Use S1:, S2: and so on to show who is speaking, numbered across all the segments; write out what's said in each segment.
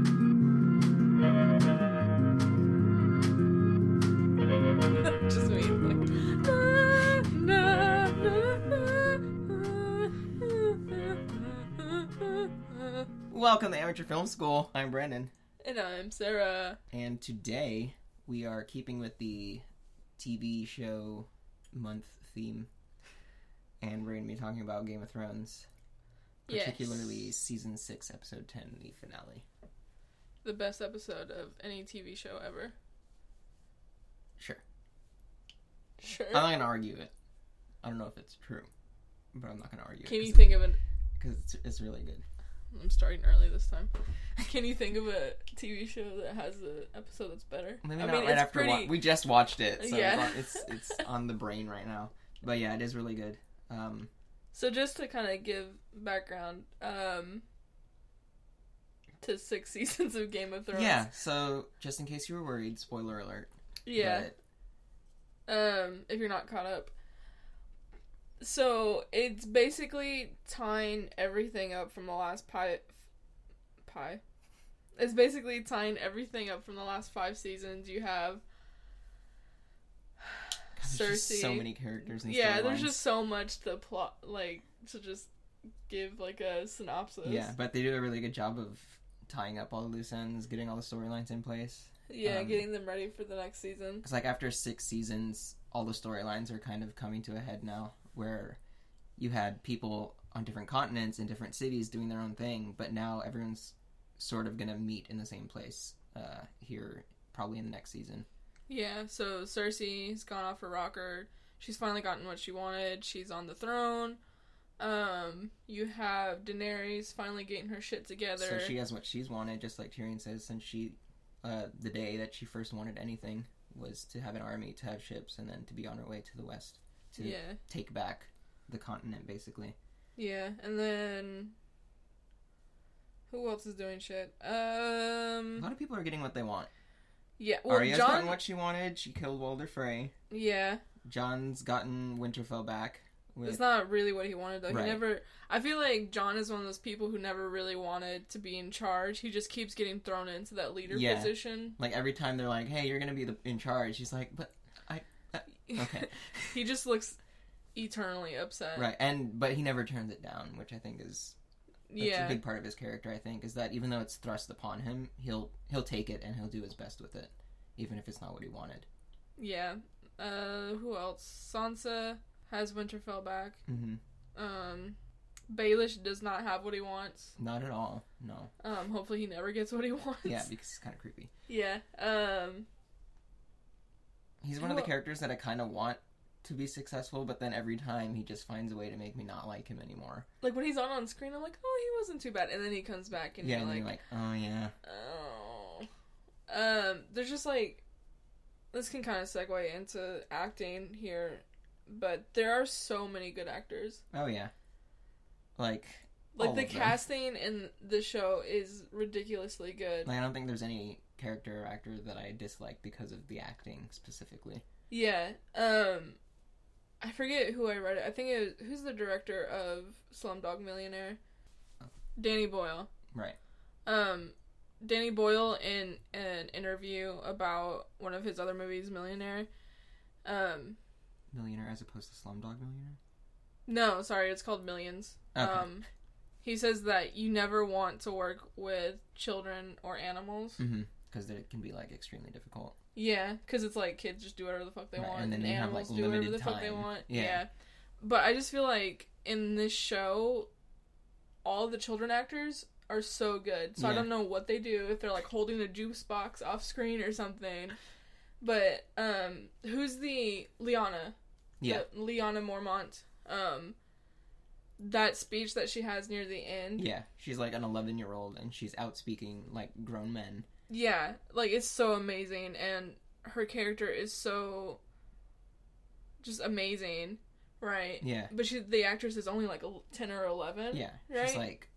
S1: Welcome to Amateur Film School. I'm Brendan,
S2: And I'm Sarah.
S1: and today we are keeping with the TV show month theme, and we're going to be talking about Game of Thrones,
S2: Yes.
S1: particularly season six, episode ten, the finale.
S2: The best episode of any TV show ever.
S1: Sure,
S2: Sure.
S1: I'm not going to argue it. I don't know if it's true, but I'm not going to argue
S2: Can
S1: it
S2: you think of an.
S1: because it's, it's really good.
S2: I'm starting early this time. Can you think of a TV show that has an episode that's better?
S1: Maybe
S2: I
S1: not
S2: mean,
S1: right
S2: it's
S1: after
S2: pretty.
S1: wa- we just watched it, so
S2: Yeah.
S1: it's, on, it's it's on the brain right now. But yeah, it is really good. Um,
S2: So just to kind of give background um, to six seasons of Game of Thrones.
S1: yeah, so just in case you were worried, spoiler alert.
S2: Yeah.
S1: but
S2: um, if you're not caught up. So it's basically tying everything up from the last pie. Pie. It's basically tying everything up from the last five seasons. You have
S1: God, there's just so
S2: Cersei.
S1: many characters. And
S2: yeah, there's
S1: storylines.
S2: just so much to plot, like to just give like a synopsis.
S1: yeah, but they do a really good job of tying up all the loose ends, getting all the storylines in place.
S2: yeah,
S1: um,
S2: getting them ready for the next season.
S1: It's like after six seasons, all the storylines are kind of coming to a head now, where you had people on different continents in different cities doing their own thing, but now everyone's sort of gonna meet in the same place uh, here, probably in the next season.
S2: Yeah, so Cersei's gone off her rocker. She's finally gotten what she wanted. She's on the throne. Um, you have Daenerys finally getting her shit together.
S1: So she has what she's wanted, just like Tyrion says, since she, uh, the day that she first wanted anything was to have an army, to have ships, and then to be on her way to the west to
S2: yeah,
S1: take back the continent, basically.
S2: yeah, and then who else is doing shit? Um,
S1: A lot of people are getting what they want.
S2: yeah,
S1: Well,
S2: well,
S1: Arya's
S2: John.
S1: gotten what she wanted. She killed Walder Frey.
S2: yeah,
S1: John's gotten Winterfell back. With,
S2: it's not really what he wanted though.
S1: Right.
S2: He never. I feel like John is one of those people who never really wanted to be in charge. He just keeps getting thrown into that leader
S1: Yeah.
S2: position.
S1: like every time they're like, "Hey, you're gonna be the, in charge," he's like, "But okay,
S2: he just looks eternally upset.
S1: right." And but he never turns it down, which I think is that's
S2: Yeah.
S1: a big part of his character. I think is that even though it's thrust upon him, he'll he'll take it and he'll do his best with it, even if it's not what he wanted.
S2: yeah. Uh, who else? Sansa has Winterfell back.
S1: hmm
S2: Um, Baelish does not have what he wants.
S1: Not at all. No.
S2: Um, hopefully he never gets what he wants.
S1: Yeah, because it's kind of creepy.
S2: Yeah. Um,
S1: He's one of the
S2: Well-
S1: characters that I kind of want to be successful, but then every time he just finds a way to make me not like him anymore.
S2: like when he's on on screen, I'm like, oh, he wasn't too bad. And then he comes back and
S1: yeah,
S2: you're
S1: and then
S2: like,
S1: you're like, oh yeah,
S2: oh. Um, there's just like, this can kind of segue into acting here, but there are so many good actors.
S1: oh yeah, like
S2: Like
S1: All
S2: the
S1: of them.
S2: casting in the show is ridiculously good.
S1: Like, I don't think there's any character or actor that I dislike because of the acting specifically.
S2: Yeah. Um I forget who I read it. I think it was who's the director of Slumdog Millionaire? Danny Boyle.
S1: Right.
S2: Um Danny Boyle in an interview about one of his other movies, Millionaire. Um
S1: Millionaire as opposed to Slumdog Millionaire.
S2: no, sorry, it's called Millions.
S1: Okay.
S2: Um he says that you never want to work with children or animals.
S1: Because Mm-hmm. it can be like extremely difficult.
S2: Yeah, because it's like kids just do whatever the fuck they
S1: Right,
S2: want,
S1: and
S2: and,
S1: then you have,
S2: animals
S1: like,
S2: do whatever the
S1: limited
S2: fuck they
S1: time.
S2: want.
S1: Yeah.
S2: Yeah. but I just feel like in this show, all the children actors are so good. So I
S1: Yeah.
S2: don't know what they do if they're like holding a juice box off screen or something. But um, who's the Liana?
S1: Yeah.
S2: the, Liana Mormont. Um, that speech that she has near the end.
S1: Yeah, she's like an 11 year old and she's out speaking like grown men.
S2: Yeah, like it's so amazing, and her character is so just amazing, right?
S1: Yeah,
S2: But she, the actress, is only like el- ten or eleven.
S1: yeah. She's
S2: Right?
S1: like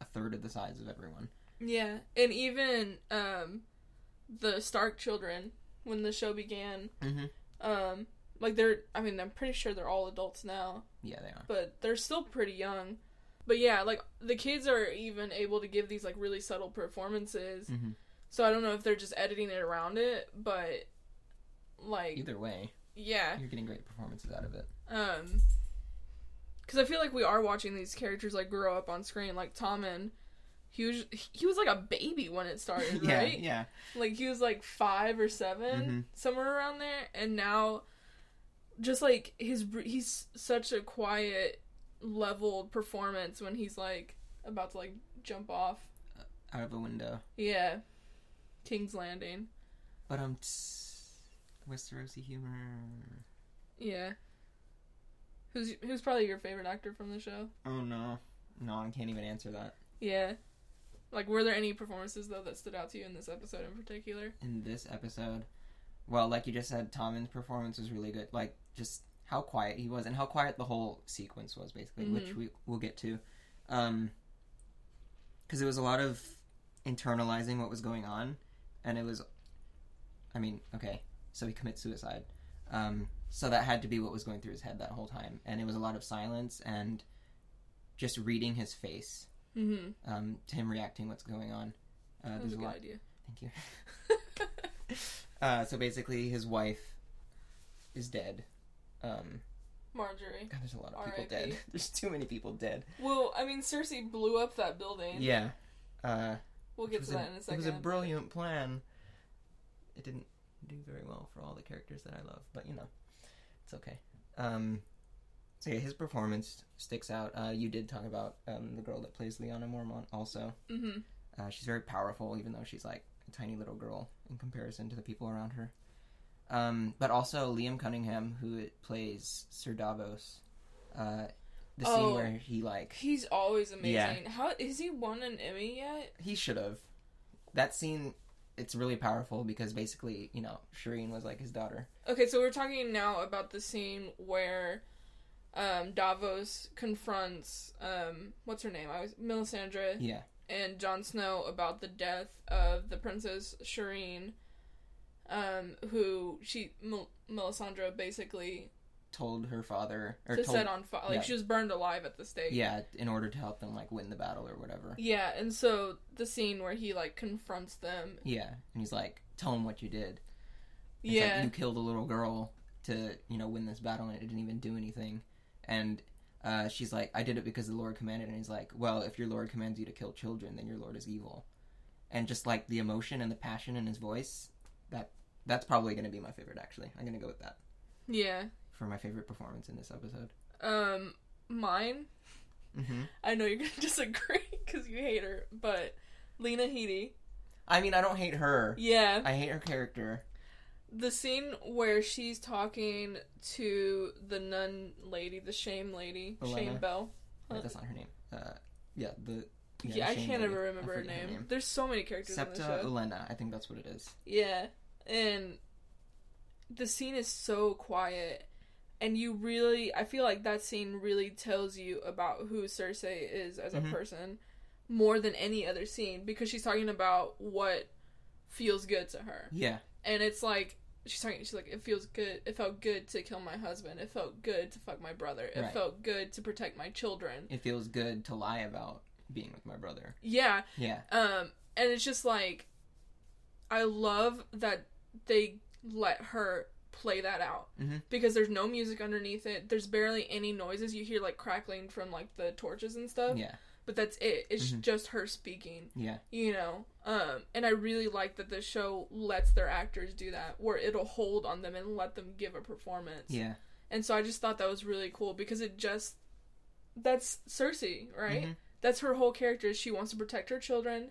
S1: a third of the size of everyone.
S2: Yeah, and even um, the Stark children when the show began,
S1: Mm-hmm.
S2: um, like they're, I mean, I'm pretty sure they're all adults now,
S1: Yeah, they are.
S2: but they're still pretty young. But yeah, like the kids are even able to give these like really subtle performances.
S1: Mhm.
S2: So I don't know if they're just editing it around it, but like
S1: Either way,
S2: yeah,
S1: you're getting great performances out of it.
S2: um, because I feel like we are watching these characters like grow up on screen. Like Tommen, He was he was like a baby when it started,
S1: yeah,
S2: right?
S1: yeah.
S2: Like he was like five or 7
S1: Mhm.
S2: somewhere around there, and now, just like his br- he's such a quiet, leveled performance when he's like about to like jump off.
S1: Out of a window.
S2: Yeah, King's Landing.
S1: But um, tss, Westerosi humor.
S2: Yeah. Who's who's probably your favorite actor from the show?
S1: Oh no, no, I can't even answer that.
S2: Yeah. Like, were there any performances though that stood out to you in this episode in particular?
S1: in this episode. Well, like you just said, Tommen's performance was really good. Like just how quiet he was and how quiet the whole sequence was, basically, which
S2: Mhm.
S1: we we'll get to, because it was a lot of internalizing what was going on, and it was, I mean, okay, so he commits suicide, um, so that had to be what was going through his head that whole time, and it was a lot of silence and just reading his face,
S2: Mm-hmm.
S1: um, to him reacting what's going on. Uh,
S2: That was
S1: there's
S2: a
S1: a
S2: good
S1: lot.
S2: idea.
S1: Thank you. Uh, so basically, his wife is dead. Um,
S2: Marjorie.
S1: God, there's a lot of people
S2: R.I.P..
S1: dead. There's too many people dead.
S2: Well, I mean, Cersei blew up that building.
S1: Yeah. Uh,
S2: We'll
S1: it
S2: get
S1: was
S2: to that in a
S1: It
S2: second.
S1: was a brilliant plan. It didn't do very well for all the characters that I love, but you know, it's okay. Um, so yeah, his performance sticks out. Uh, you did talk about um, the girl that plays Leanna Mormont also.
S2: mm-hmm.
S1: Uh, she's very powerful, even though she's like a tiny little girl in comparison to the people around her. Um, but also Liam Cunningham, who plays Sir Davos, uh, the
S2: Oh.
S1: scene where he like
S2: He's always amazing.
S1: Yeah.
S2: How has he won an Emmy yet?
S1: he should have that scene. It's really powerful because basically, you know, Shireen was like his daughter.
S2: Okay, so we're talking now about the scene where um, Davos confronts um, what's her name? I was Melisandre.
S1: Yeah,
S2: and Jon Snow about the death of the Princess Shireen, um, who she Mel- Melisandre basically
S1: told her father or
S2: to
S1: told
S2: set on fire. Like
S1: yeah.
S2: she was burned alive at the stake.
S1: yeah in order to help them like win the battle or whatever.
S2: Yeah, and so the scene where he like confronts them.
S1: Yeah, and he's like, "Tell him what you did." It's
S2: yeah.
S1: like you killed a little girl to, you know, win this battle and it didn't even do anything. And uh, she's like, I did it because the Lord commanded. And he's like, Well, if your Lord commands you to kill children, then your Lord is evil. And just like the emotion and the passion in his voice, that that's probably going to be my favorite, actually. I'm going to go with that
S2: yeah.
S1: for my favorite performance in this episode.
S2: Um, mine.
S1: hmm
S2: I know you're gonna disagree because you hate her, but Lena Headey.
S1: I mean, I don't hate her,
S2: Yeah.
S1: I hate her character.
S2: The scene where she's talking to the nun lady, the shame lady, Shame
S1: Elena.
S2: Bell.
S1: Wait,
S2: Huh.
S1: that's not her name. Uh, yeah, the.
S2: Yeah,
S1: the
S2: I
S1: Shane
S2: can't
S1: lady.
S2: ever remember
S1: I
S2: her
S1: forget
S2: name. There's so many characters in the
S1: Septa
S2: show.
S1: Ulena, I think that's what it is.
S2: Yeah, and the scene is so quiet, and you really, I feel like that scene really tells you about who Cersei is as
S1: Mhm.
S2: a person more than any other scene because she's talking about what feels good to her,
S1: Yeah.
S2: and it's like. She's talking. She's like, it feels good. It felt good to kill my husband. It felt good to fuck my brother. It
S1: Right.
S2: felt good to protect my children.
S1: it feels good to lie about being with my brother.
S2: Yeah,
S1: Yeah.
S2: Um, and it's just like, I love that they let her play that out
S1: Mhm.
S2: because there's no music underneath it. There's barely any noises. You hear like crackling from like the torches and stuff,
S1: Yeah.
S2: but that's it. It's
S1: Mhm.
S2: just her speaking,
S1: Yeah.
S2: you know. Um, and I really like that the show lets their actors do that, where it'll hold on them and let them give a performance.
S1: Yeah.
S2: And so I just thought that was really cool because it just that's Cersei, right?
S1: Mhm.
S2: that's her whole character is she wants to protect her children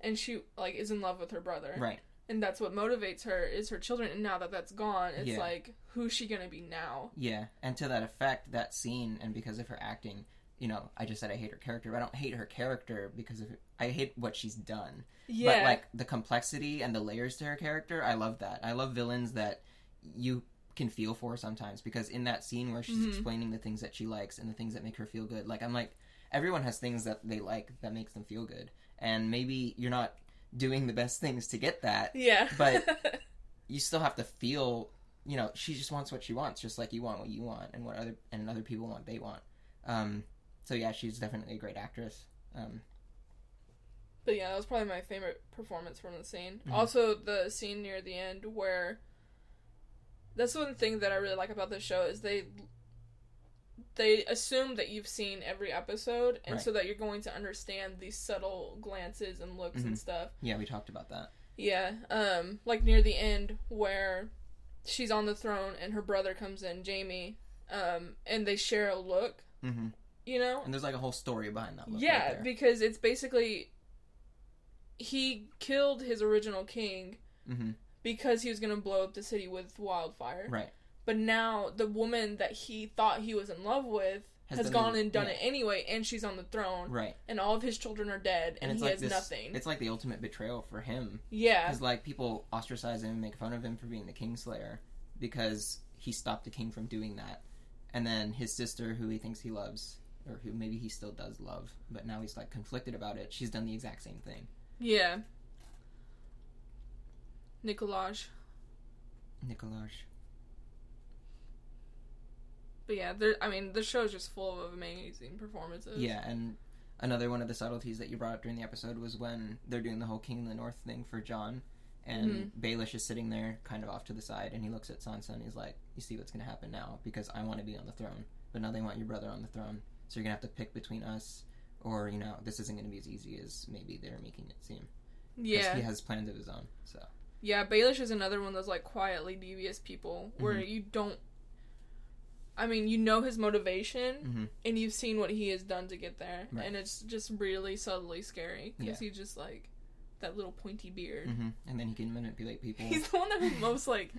S2: and she like is in love with her brother
S1: Right.
S2: and that's what motivates her is her children and now that that's gone it's
S1: Yeah.
S2: like who's she gonna be now
S1: Yeah. And to that effect, that scene, and because of her acting, you know, I just said I hate her character, but I don't hate her character because of I hate what she's done.
S2: yeah
S1: But like the complexity and the layers to her character, I love that. I love villains that you can feel for sometimes because in that scene where she's
S2: Mhm.
S1: explaining the things that she likes and the things that make her feel good, like I'm like everyone has things that they like that makes them feel good. And maybe you're not doing the best things to get that,
S2: yeah
S1: but- you still have to feel you know she just wants what she wants just like you want what you want and what other and other people want they want um so yeah she's definitely a great actress um
S2: but yeah that was probably my favorite performance from the scene
S1: Mhm.
S2: also the scene near the end where that's one thing that i really like about this show is they they assume that you've seen every episode and
S1: Right.
S2: so that you're going to understand these subtle glances and looks
S1: Mm-hmm.
S2: and stuff.
S1: Yeah, we talked about that.
S2: Yeah. Um like near the end where she's on the throne and her brother comes in, Jamie, um and they share a look,
S1: hmm
S2: you know?
S1: And there's like a whole story behind that. Look
S2: yeah,
S1: Right there.
S2: because it's basically he killed his original king
S1: Mhm.
S2: because he was going to blow up the city with wildfire.
S1: Right.
S2: But now the woman that he thought he was in love with
S1: Has
S2: has,
S1: done
S2: gone
S1: it-
S2: and done
S1: yeah.
S2: it anyway, and she's on the throne,
S1: Right.
S2: and all of his children are dead, and,
S1: And, it's
S2: he
S1: like
S2: has
S1: this.
S2: nothing.
S1: It's like the ultimate betrayal for him.
S2: Yeah,
S1: Because like people ostracize him and make fun of him for being the Kingslayer because he stopped the king from doing that. And then his sister, who he thinks he loves, or who maybe he still does love, but now he's like conflicted about it. She's done the exact same thing.
S2: yeah. Nicolaj,
S1: Nicolaj.
S2: but yeah, there. I mean, the show's just full of amazing performances.
S1: Yeah, and another one of the subtleties that you brought up during the episode was when they're doing the whole King of the North thing for John, and
S2: Mm-hmm.
S1: Baelish is sitting there kind of off to the side, and he looks at Sansa and he's like, "You see what's going to happen now? Because I want to be on the throne, but now they want your brother on the throne, so you're going to have to pick between us." Or you know this isn't going to be as easy as maybe they're making it seem. 'Cause
S2: yeah,
S1: he has plans of his own. So
S2: Yeah, Baelish is another one of those like quietly devious people where
S1: Mm-hmm.
S2: you don't. I mean, you know his motivation,
S1: Mhm.
S2: and you've seen what he has done to get there,
S1: Right.
S2: and it's just really subtly scary
S1: Yeah.
S2: because he's just like that little pointy beard.
S1: hmm and then he can manipulate people.
S2: He's the one that was most like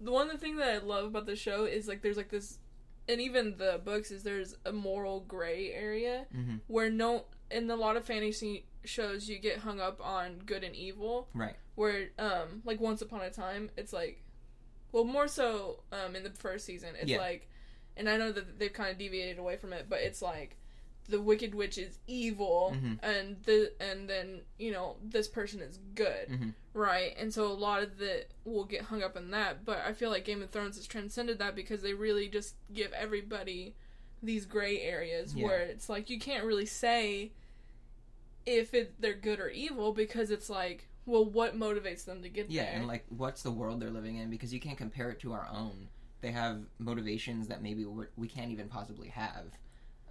S2: the one thing that I love about the show is like there's like this, and even the books is there's a moral gray area
S1: hmm
S2: where no in a lot of fantasy shows you get hung up on good and evil,
S1: Right.
S2: where um like once upon a time it's like well more so um in the first season it's
S1: Yeah.
S2: like and i know that they've kind of deviated away from it but it's like the wicked witch is evil
S1: Mhm.
S2: and the and then you know this person is good
S1: Mhm.
S2: right and so a lot of the will get hung up in that but i feel like game of thrones has transcended that because they really just give everybody these gray areas
S1: Yeah.
S2: where it's like you can't really say if it, they're good or evil because it's like, well, what motivates them to get
S1: Yeah,
S2: there?
S1: and like what's the world they're living in because you can't compare it to our own. They have motivations that maybe we're, we can't even possibly have.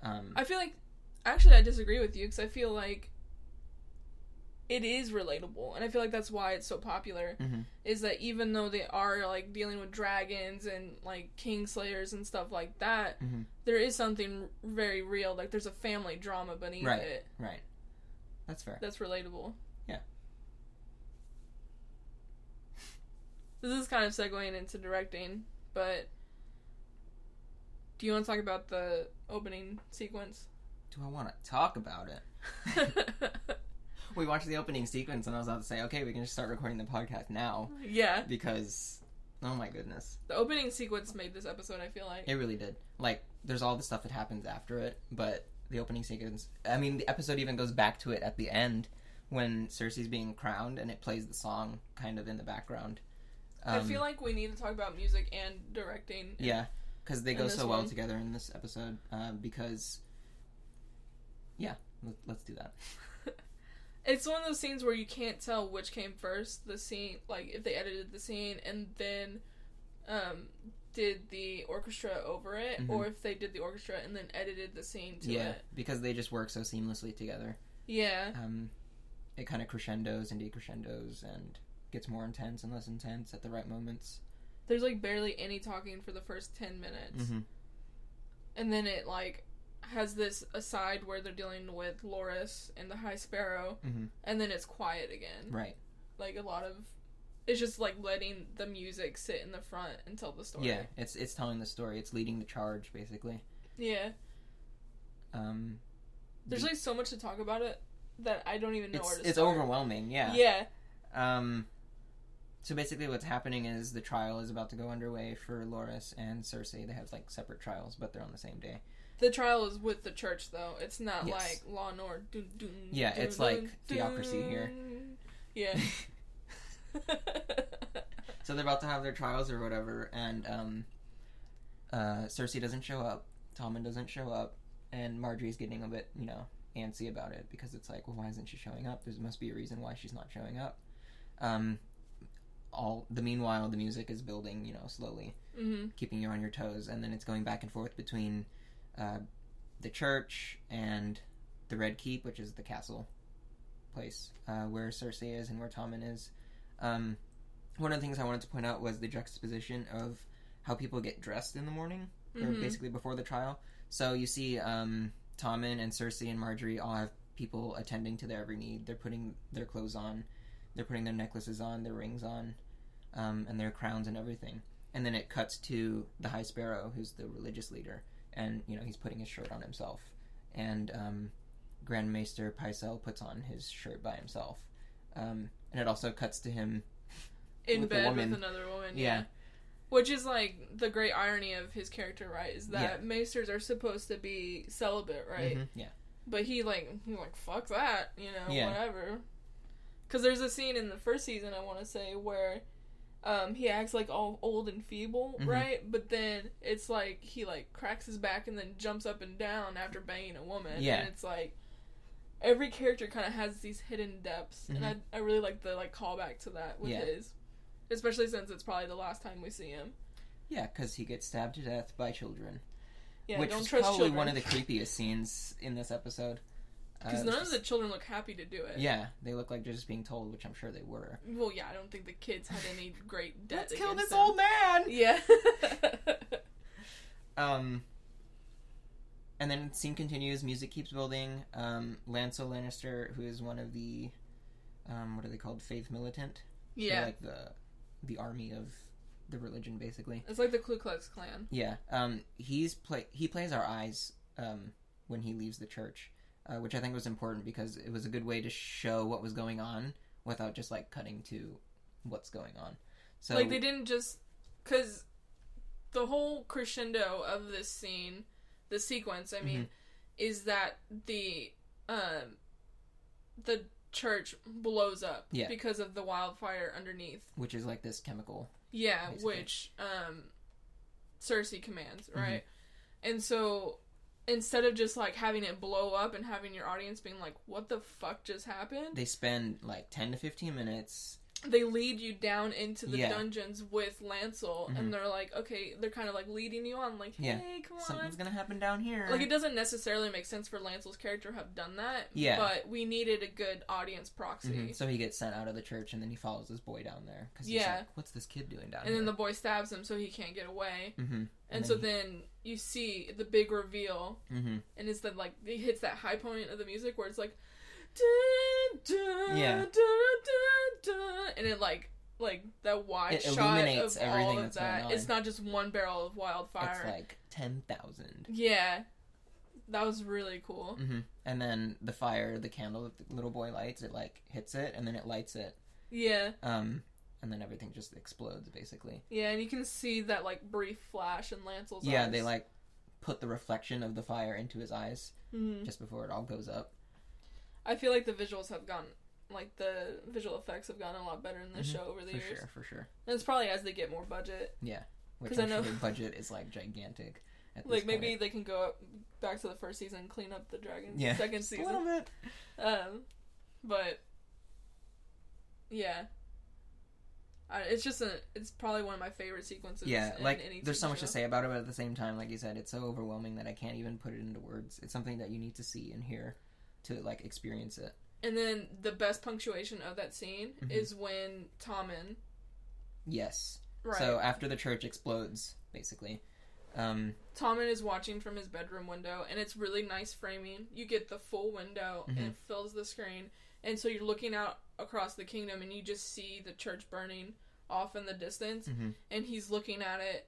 S1: Um,
S2: I feel like, actually, I disagree with you because I feel like it is relatable, and I feel like that's why it's so popular.
S1: Mhm.
S2: Is that even though they are like dealing with dragons and like kingslayers and stuff like that,
S1: Mhm.
S2: there is something very real. Like there's a family drama beneath
S1: Right.
S2: it
S1: right. That's fair.
S2: that's relatable.
S1: Yeah.
S2: This is kind of segueing into directing, but do you want to talk about the opening sequence?
S1: Do I want to talk about it? We watched the opening sequence and I was about to say, okay, we can just start recording the podcast now
S2: yeah,
S1: because, oh my goodness.
S2: the opening sequence made this episode. I feel like
S1: It really did. Like, there's all the stuff that happens after it, but the opening sequence. I mean, the episode even goes back to it at the end when Cersei's being crowned, and it plays the song kind of in the background. Um,
S2: I feel like we need to talk about music and directing.
S1: yeah, because they
S2: in
S1: go
S2: this
S1: so well
S2: one.
S1: together in this episode. Uh, because, yeah, let, let's do that.
S2: It's one of those scenes where you can't tell which came first, the scene, like if they edited the scene and then um, did the orchestra over it,
S1: Mhm.
S2: or if they did the orchestra and then edited the scene to
S1: yeah,
S2: it.
S1: because they just work so seamlessly together.
S2: Yeah,
S1: Um, it kind of crescendos and decrescendos and gets more intense and less intense at the right moments.
S2: there's like barely any talking for the first 10 minutes,
S1: hmm
S2: and then it like has this aside where they're dealing with Loris and the High Sparrow,
S1: Mhm.
S2: and then it's quiet again.
S1: Right.
S2: Like a lot of it's just like letting the music sit in the front and tell the story.
S1: Yeah, it's it's telling the story. It's leading the charge, basically.
S2: Yeah.
S1: Um,
S2: There's
S1: the-
S2: like so much to talk about it that I don't even know where
S1: it's
S2: to
S1: it's
S2: start.
S1: overwhelming. Yeah.
S2: Yeah.
S1: Um, so basically, what's happening is the trial is about to go underway for Loris and Cersei. They have like separate trials, but they're on the same day.
S2: The trial is with the church though. It's not
S1: Yes.
S2: like law and order. Dun, dun,
S1: Yeah,
S2: dun,
S1: it's like
S2: dun,
S1: theocracy
S2: dun.
S1: here.
S2: Yeah.
S1: so they're about to have their trials or whatever, and um, uh, Cersei doesn't show up. Tommen doesn't show up, and Marjorie's getting a bit, you know, antsy about it because it's like, well, why isn't she showing up? There must be a reason why she's not showing up. Um, all the meanwhile, the music is building, you know, slowly,
S2: mm-hmm.
S1: keeping you on your toes, and then it's going back and forth between uh, the church and the Red Keep, which is the castle place uh, where Cersei is and where Tommen is. Um, one of the things I wanted to point out was the juxtaposition of how people get dressed in the morning, or
S2: Mhm.
S1: basically before the trial. So you see um, Tommen and Cersei and Marjorie all have people attending to their every need. They're putting their clothes on, they're putting their necklaces on, their rings on, um, and their crowns and everything. And then it cuts to the High Sparrow, who's the religious leader, and you know he's putting his shirt on himself, and um, Grand Maester Pycelle puts on his shirt by himself. Um, and it also cuts to him
S2: in
S1: With the
S2: bed
S1: woman.
S2: with another woman. Yeah.
S1: Yeah.
S2: Which is like the great irony of his character, right? Is that maesters are supposed to be celibate, right?
S1: Mhm, Yeah.
S2: But he like he like fuck that, you know,
S1: Yeah.
S2: whatever. Because there's a scene in the first season I want to say where um, he acts like all old and feeble,
S1: Mhm.
S2: right? But then it's like he like cracks his back and then jumps up and down after banging a woman.
S1: Yeah.
S2: and it's like every character kind of has these hidden depths, and I
S1: Mhm.
S2: I really like the like callback to that with
S1: Yeah.
S2: his, especially since it's probably the last time we see him.
S1: Yeah, because he gets stabbed to death by children,
S2: Yeah,
S1: which
S2: don't
S1: is
S2: trust
S1: probably
S2: children.
S1: one of the creepiest scenes in this episode. Uh,
S2: because
S1: it's
S2: none of
S1: just-
S2: the children look happy to do it.
S1: yeah, they look like they're just being told, which I'm sure they were.
S2: Well, yeah, I don't think the kids had any great debt.
S1: Let's kill
S2: against
S1: this
S2: them.
S1: old man.
S2: Yeah.
S1: Um, and then scene continues. Music keeps building. Um, Lancel Lannister, who is one of the, um, what are they called, faith militant? They're
S2: yeah.
S1: like the, the army of the religion, basically.
S2: It's like the Ku Klux Klan.
S1: Yeah. Um. He's play. He plays our eyes. Um. When he leaves the church, uh, which I think was important because it was a good way to show what was going on without just like cutting to what's going on. So
S2: like they didn't just because the whole crescendo of this scene, the sequence, I
S1: Mm-hmm.
S2: mean, is that the um the church blows up
S1: Yeah.
S2: because of the wildfire underneath.
S1: which is like this chemical.
S2: Yeah,
S1: Basically. Mm-hmm.
S2: which um Cersei commands, right? And so instead of just like having it blow up and having your audience being like, What the fuck just happened?
S1: They spend like ten to fifteen minutes.
S2: They lead you down into the
S1: Yeah.
S2: dungeons with Lancel
S1: Mhm.
S2: and they're like, Okay, they're kinda like leading you on, like, Hey,
S1: Yeah.
S2: come on.
S1: Something's gonna happen down here.
S2: like it doesn't necessarily make sense for Lancel's character to have done that.
S1: Yeah.
S2: But we needed a good audience proxy.
S1: Mhm. So he gets sent out of the church, and then he follows this boy down there because
S2: Yeah.
S1: like, "What's this kid doing down
S2: And then
S1: here?"
S2: the boy stabs him so he can't get away.
S1: mm-hmm.
S2: And, so then you see the big reveal
S1: mm-hmm.
S2: and it's then like it hits that high point of the music where it's like dun, dun,
S1: Yeah.
S2: dun, dun, dun, and it like like that wide
S1: It
S2: shot
S1: illuminates
S2: of
S1: everything
S2: all of
S1: that's
S2: that
S1: going on.
S2: it's not just one barrel of
S1: it's
S2: wildfire
S1: like ten thousand.
S2: yeah that was really cool
S1: hmm And then the fire, the candle that the little boy lights, it like hits it, and then it lights it,
S2: yeah
S1: um, and then everything just explodes basically.
S2: yeah and you can see that like brief flash in lancel's
S1: yeah,
S2: eyes.
S1: they like put the reflection of the fire into his eyes
S2: Mhm.
S1: just before it all goes up.
S2: i feel like the visuals have gone like the visual effects have gotten a lot better in this
S1: Mhm,
S2: show over the
S1: for
S2: years
S1: sure, for sure.
S2: and it's probably as they get more budget
S1: Which
S2: 'Cause
S1: I'm
S2: I know-
S1: sure the budget is like gigantic. At this
S2: like maybe
S1: point.
S2: they can go up back to the first season and clean up the dragon
S1: Yeah.
S2: second
S1: Just a little
S2: season
S1: bit.
S2: um but yeah I, it's just a it's probably one of my favorite sequences
S1: Yeah,
S2: in
S1: like
S2: any
S1: there's so
S2: TV
S1: much to
S2: show.
S1: say about it, but at the same time, like you said, it's so overwhelming that I can't even put it into words. It's something that you need to see and hear to like experience it.
S2: and then the best punctuation of that scene
S1: Mhm.
S2: is when Tommen
S1: Yes.
S2: right
S1: So after the church explodes, basically, um,
S2: Tommen is watching from his bedroom window, and it's really nice framing. You get the full window,
S1: Mm-hmm.
S2: and it fills the screen, and so you're looking out across the kingdom, and you just see the church burning off in the distance,
S1: Mhm.
S2: and he's looking at it,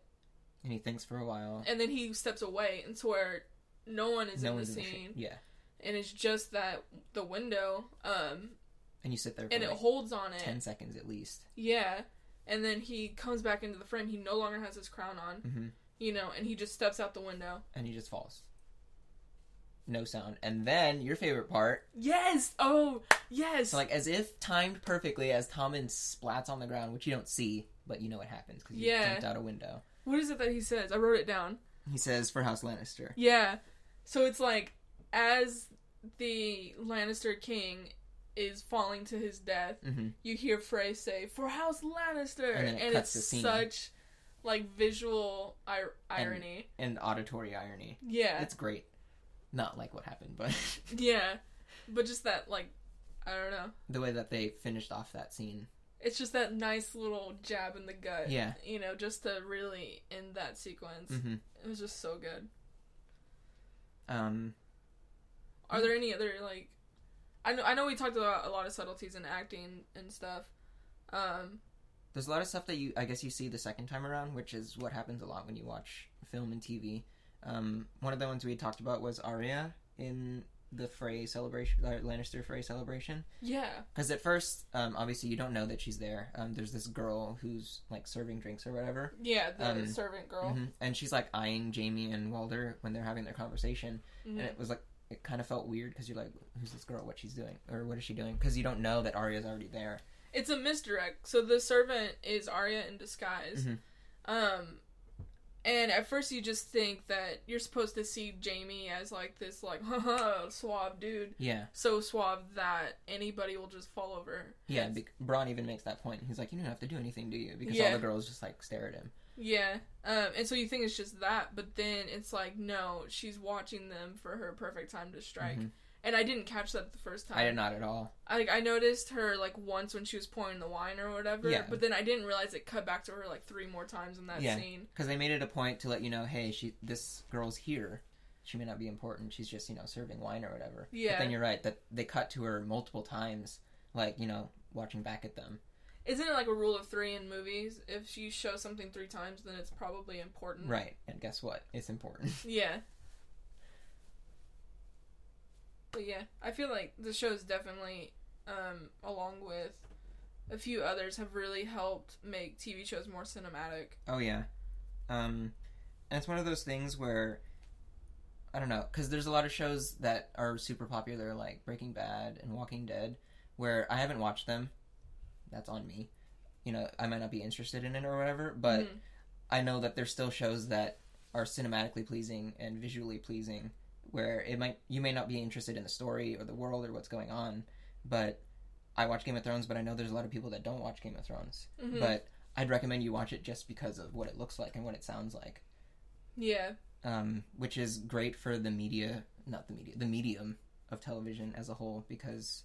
S1: and he thinks for a while.
S2: and then he steps away into where no one is in the
S1: in
S2: scene,
S1: shit. Yeah,
S2: and it's just that the window, um,
S1: and you sit there for
S2: and it
S1: like
S2: holds on it,
S1: ten seconds at least.
S2: yeah, and then he comes back into the frame. He no longer has his crown on,
S1: hmm
S2: you know, and he just steps out the window.
S1: and he just falls. No sound. And then your favorite part,
S2: Yes, oh yes,
S1: so like as if timed perfectly, as Tommen splats on the ground, which you don't see, but you know it happens because you
S2: Yeah.
S1: jumped out a window.
S2: What is it that he says? I wrote it down.
S1: He says for House Lannister.
S2: Yeah. So it's like as the Lannister king is falling to his death,
S1: hmm
S2: you hear Frey say, "For House Lannister,"
S1: And then
S2: and,
S1: it cuts
S2: it's
S1: to scene.
S2: such like visual ir- irony.
S1: and auditory irony.
S2: yeah,
S1: It's great. Not like what happened, but
S2: yeah, but just that like I don't know.
S1: the way that they finished off that scene.
S2: It's just that nice little jab in the gut.
S1: Yeah.
S2: you know, just to really end that sequence.
S1: hmm
S2: It was just so good.
S1: Um,
S2: Are there any other like? I know I know we talked about a lot of subtleties in acting and stuff. Um,
S1: there's a lot of stuff that you, I guess, you see the second time around, which is what happens a lot when you watch film and TV. Um, one of the ones we had talked about was Arya in the Frey celebration, uh, Lannister Frey celebration.
S2: yeah,
S1: Because at first, um, obviously, you don't know that she's there. Um, there's this girl who's like serving drinks or whatever,
S2: yeah, the
S1: Um,
S2: servant girl.
S1: Mhm. And she's like eyeing Jamie and Walder when they're having their conversation,
S2: Mhm.
S1: and it was like it kind of felt weird because you're like, who's this girl? What she's doing or what is she doing? Because you don't know that Arya's already there.
S2: It's a misdirect. So the servant is Arya in disguise.
S1: Mhm.
S2: Um and at first you just think that you're supposed to see Jamie as like this like haha suave dude.
S1: Yeah,
S2: So suave that anybody will just fall over.
S1: yeah.
S2: It's-
S1: Be- Braun even makes that point. He's like, you don't have to do anything, do you? Because all
S2: Yeah.
S1: the girls just like stare at him.
S2: yeah. Um and so you think it's just that, but then it's like no, she's watching them for her perfect time to strike.
S1: Mhm.
S2: And I didn't catch that the first time.
S1: I did not at all.
S2: I like, I noticed her like once when she was pouring the wine or whatever,
S1: Yeah.
S2: but then I didn't realize it cut back to her like three more times in that
S1: Yeah.
S2: scene.
S1: Because they made it a point to let you know, hey, she this girl's here. She may not be important. She's just you know serving wine or whatever.
S2: Yeah.
S1: But then you're right that they cut to her multiple times, like you know watching back at them.
S2: Isn't it like a rule of three in movies? If you show something three times, then it's probably important.
S1: Right. And guess what? It's important.
S2: Yeah. But yeah, I feel like the show's definitely, um, along with a few others, have really helped make TV shows more cinematic.
S1: Oh yeah, um, and it's one of those things where I don't know because there's a lot of shows that are super popular, like Breaking Bad and Walking Dead, where I haven't watched them. That's on me. You know, I might not be interested in it or whatever, but
S2: Mhm.
S1: I know that there's still shows that are cinematically pleasing and visually pleasing, where it might you may not be interested in the story or the world or what's going on, but I watch Game of Thrones, but I know there's a lot of people that don't watch Game of Thrones
S2: Mhm.
S1: but I'd recommend you watch it just because of what it looks like and what it sounds like,
S2: yeah,
S1: um, which is great for the media, not the media, the medium of television as a whole, because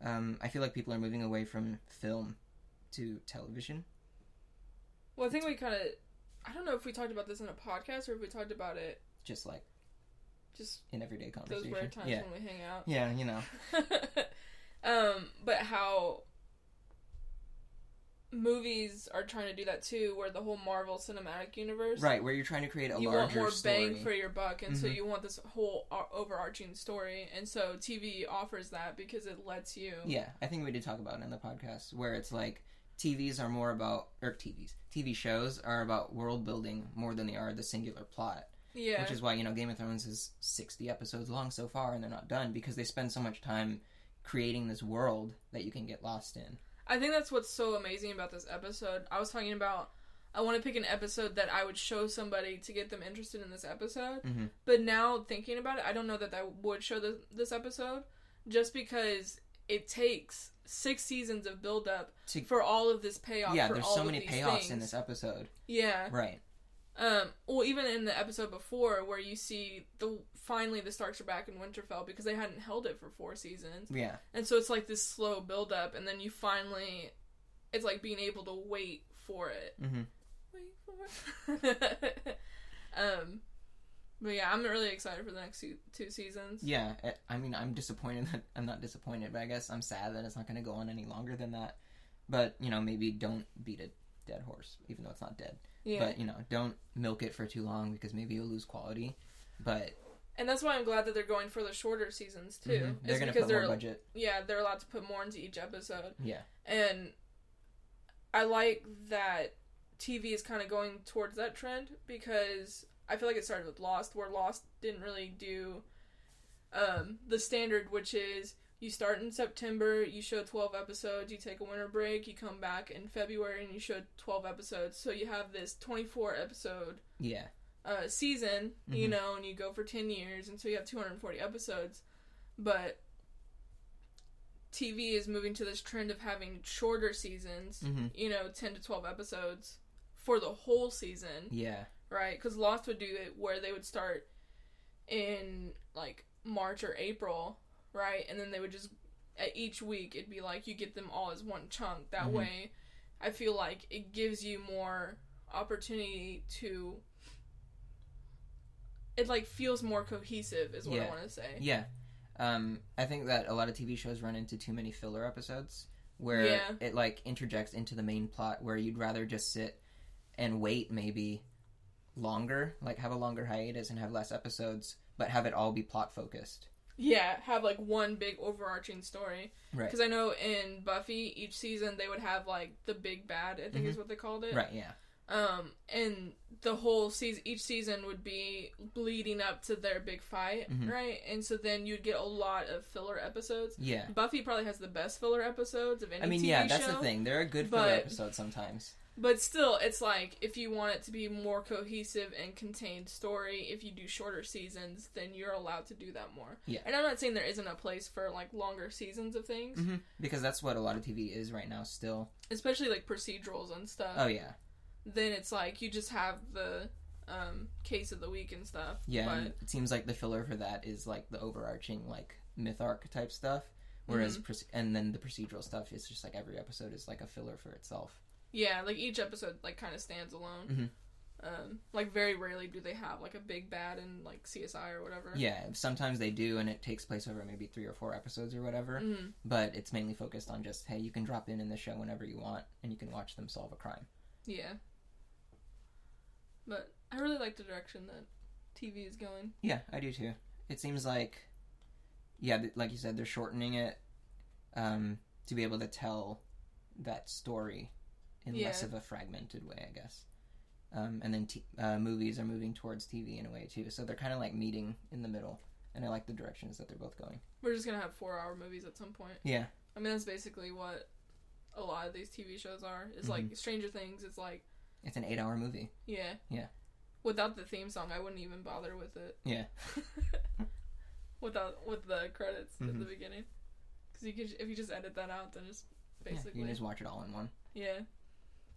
S1: um, I feel like people are moving away from film to television.
S2: well, I think we kind of, I don't know if we talked about this in a podcast or if we talked about it
S1: Just like
S2: just
S1: in everyday
S2: those
S1: conversation,
S2: rare times
S1: yeah,
S2: when we hang out.
S1: yeah, you know,
S2: um, but how movies are trying to do that too, where the whole Marvel Cinematic Universe,
S1: right, where you're trying to create a
S2: You want
S1: larger
S2: more
S1: story.
S2: bang for your buck, and so
S1: Mhm.
S2: you want this whole o- overarching story, and so TV offers that because it lets you.
S1: Yeah, I think we did talk about it in the podcast where it's like TVs are more about or TVs, TV shows are about world building more than they are the singular plot.
S2: yeah,
S1: which is why you know Game of Thrones is 60 episodes long so far and they're not done because they spend so much time creating this world that you can get lost in.
S2: I think that's what's so amazing about this episode. I was talking about I want to pick an episode that I would show somebody to get them interested in this episode.
S1: Mhm.
S2: But now thinking about it, I don't know that I would show this, this episode just because it takes six seasons of build up
S1: To-
S2: for all of this payoff.
S1: yeah,
S2: for
S1: there's
S2: all
S1: so
S2: of
S1: many
S2: these
S1: payoffs in
S2: things.
S1: this episode.
S2: Yeah.
S1: Right.
S2: Um. Well, even in the episode before where you see the finally the Starks are back in Winterfell because they hadn't held it for four seasons.
S1: Yeah.
S2: And so it's like this slow build up and then you finally it's like being able to wait for it.
S1: hmm
S2: Wait for it. um but yeah, I'm really excited for the next two, two seasons.
S1: Yeah. I- I mean, I'm disappointed that I'm not disappointed, but I guess I'm sad that it's not going to go on any longer than that. But you know, maybe don't beat a dead horse, even though it's not dead.
S2: Yeah.
S1: But you know, don't milk it for too long because maybe you'll lose quality. But
S2: and that's why I'm glad that they're going for the shorter seasons too.
S1: mhm, they're
S2: It's
S1: going to
S2: because
S1: put more
S2: they're
S1: budget.
S2: yeah, they're allowed to put more into each episode.
S1: Yeah.
S2: And I like that TV is kind of going towards that trend because I feel like it started with Lost, where Lost didn't really do um, the standard, which is you start in September, you show 12 episodes, you take a winter break, you come back in February, and you show 12 episodes. So you have this 24 episode
S1: Yeah.
S2: uh, season, you
S1: Mhm.
S2: know, and you go for 10 years, and so you have 240 episodes. But TV is moving to this trend of having shorter seasons,
S1: hmm
S2: you know, 10 to 12 episodes for the whole season,
S1: Yeah.
S2: right? Because Lost would do it where they would start in like March or April, right? And then they would just at each week it'd be like you get them all as one chunk. That
S1: Mhm.
S2: way, I feel like it gives you more opportunity to. It like feels more cohesive, is what I
S1: Yeah.
S2: want to say.
S1: Yeah. Um, I think that a lot of TV shows run into too many filler episodes where
S2: Yeah.
S1: it like interjects into the main plot where you'd rather just sit and wait maybe longer, like have a longer hiatus and have less episodes, but have it all be plot focused.
S2: Yeah, have like one big overarching story.
S1: Right.
S2: Because I know in Buffy, each season they would have like the big bad, I think
S1: Mm-hmm.
S2: is what they called it.
S1: Right, yeah.
S2: Um, and the whole season, each season would be leading up to their big fight,
S1: Mhm.
S2: right? And so then you'd get a lot of filler episodes.
S1: Yeah.
S2: Buffy probably has the best filler episodes of any
S1: I mean,
S2: TV
S1: yeah, that's
S2: show.
S1: the thing. There are good filler
S2: but-
S1: episodes sometimes.
S2: But still, it's like if you want it to be more cohesive and contained story, if you do shorter seasons, then you're allowed to do that more.
S1: Yeah.
S2: And I'm not saying there isn't a place for like longer seasons of things,
S1: Mhm. Because that's what a lot of TV is right now still.
S2: especially like procedurals and stuff.
S1: Oh, yeah.
S2: Then it's like you just have the um, case of the week and stuff.
S1: Yeah,
S2: But
S1: and it seems like the filler for that is like the overarching like myth arc type stuff, whereas proce- and then the procedural stuff is just like every episode is like a filler for itself.
S2: yeah, like each episode like kind of stands alone.
S1: Mhm.
S2: Um, like very rarely do they have like a big bad in like CSI or whatever.
S1: Yeah, sometimes they do, and it takes place over maybe three or four episodes or whatever,
S2: Mhm.
S1: but it's mainly focused on just hey, you can drop in in the show whenever you want, and you can watch them solve a crime.
S2: Yeah. But I really like the direction that TV is going.
S1: Yeah, I do too. It seems like, yeah, th- like you said, they're shortening it um, to be able to tell that story in less
S2: Yeah.
S1: of a fragmented way, I guess. Um, and then t- uh, movies are moving towards TV in a way too, so they're kind of like meeting in the middle. And I like the directions that they're both going.
S2: We're just gonna have four hour movies at some point.
S1: Yeah.
S2: I mean that's basically what a lot of these TV shows are. It's
S1: Mm-hmm.
S2: like Stranger Things. It's like
S1: It's an eight-hour movie.
S2: yeah,
S1: Yeah.
S2: Without the theme song, I wouldn't even bother with it.
S1: Yeah.
S2: Without with the credits at the
S1: Mhm.
S2: beginning, because you can if you just edit that out, then it's
S1: yeah. You
S2: basically
S1: can just watch it all in one.
S2: yeah.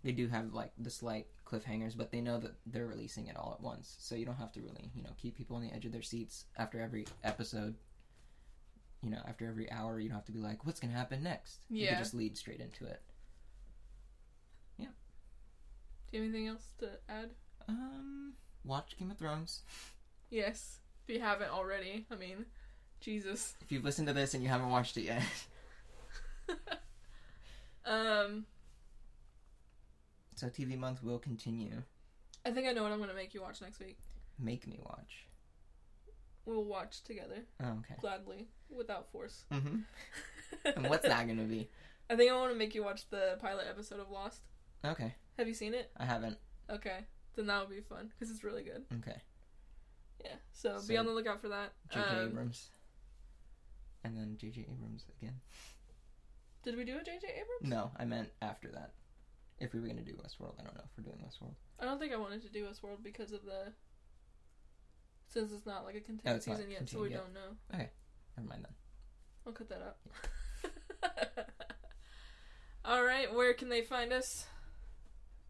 S1: They do have like the slight cliffhangers, but they know that they're releasing it all at once, so you don't have to really, you know, keep people on the edge of their seats after every episode. You know, after every hour, you don't have to be like, "What's gonna happen next?" You
S2: Yeah.
S1: can just lead straight into it.
S2: Do you have anything else to add?
S1: Um, watch Game of Thrones.
S2: Yes, if you haven't already. I mean, Jesus.
S1: If you've listened to this and you haven't watched it yet,
S2: um,
S1: so TV month will continue.
S2: I think I know what I'm gonna make you watch next week.
S1: Make me watch.
S2: We'll watch together
S1: Oh, okay.
S2: gladly without force.
S1: Mm-hmm. And what's that gonna be?
S2: I think I want to make you watch the pilot episode of Lost.
S1: Okay,
S2: Have you seen it?
S1: I haven't.
S2: Okay, then that would be fun because it's really good.
S1: Okay,
S2: Yeah, so, be
S1: So-
S2: on the lookout for that.
S1: J.J.
S2: Um,
S1: Abrams, and then J.J. Abrams again.
S2: Did we do a JJ Abrams?
S1: No, I meant after that. If we were gonna do Westworld, I don't know if we're doing Westworld.
S2: I don't think I wanted to do Westworld because of the since it's not like a continued
S1: Oh, it's not
S2: season yet, so
S1: continued
S2: we
S1: yet.
S2: don't know.
S1: Never mind then.
S2: I'll cut that up. All right, where can they find us?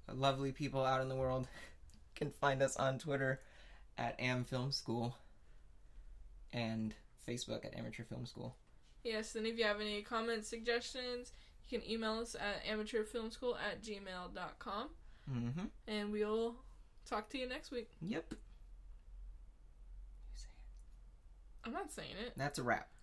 S1: Lovely people out in the world can find us on Twitter at Am Film School and Facebook at Amateur Film School.
S2: Yes, and if you have any comments, suggestions, you can email us at amateurfilmschool at gmail.com.
S1: Mm-hmm.
S2: And we'll talk to you next week.
S1: Yep.
S2: I'm not saying it.
S1: That's a wrap.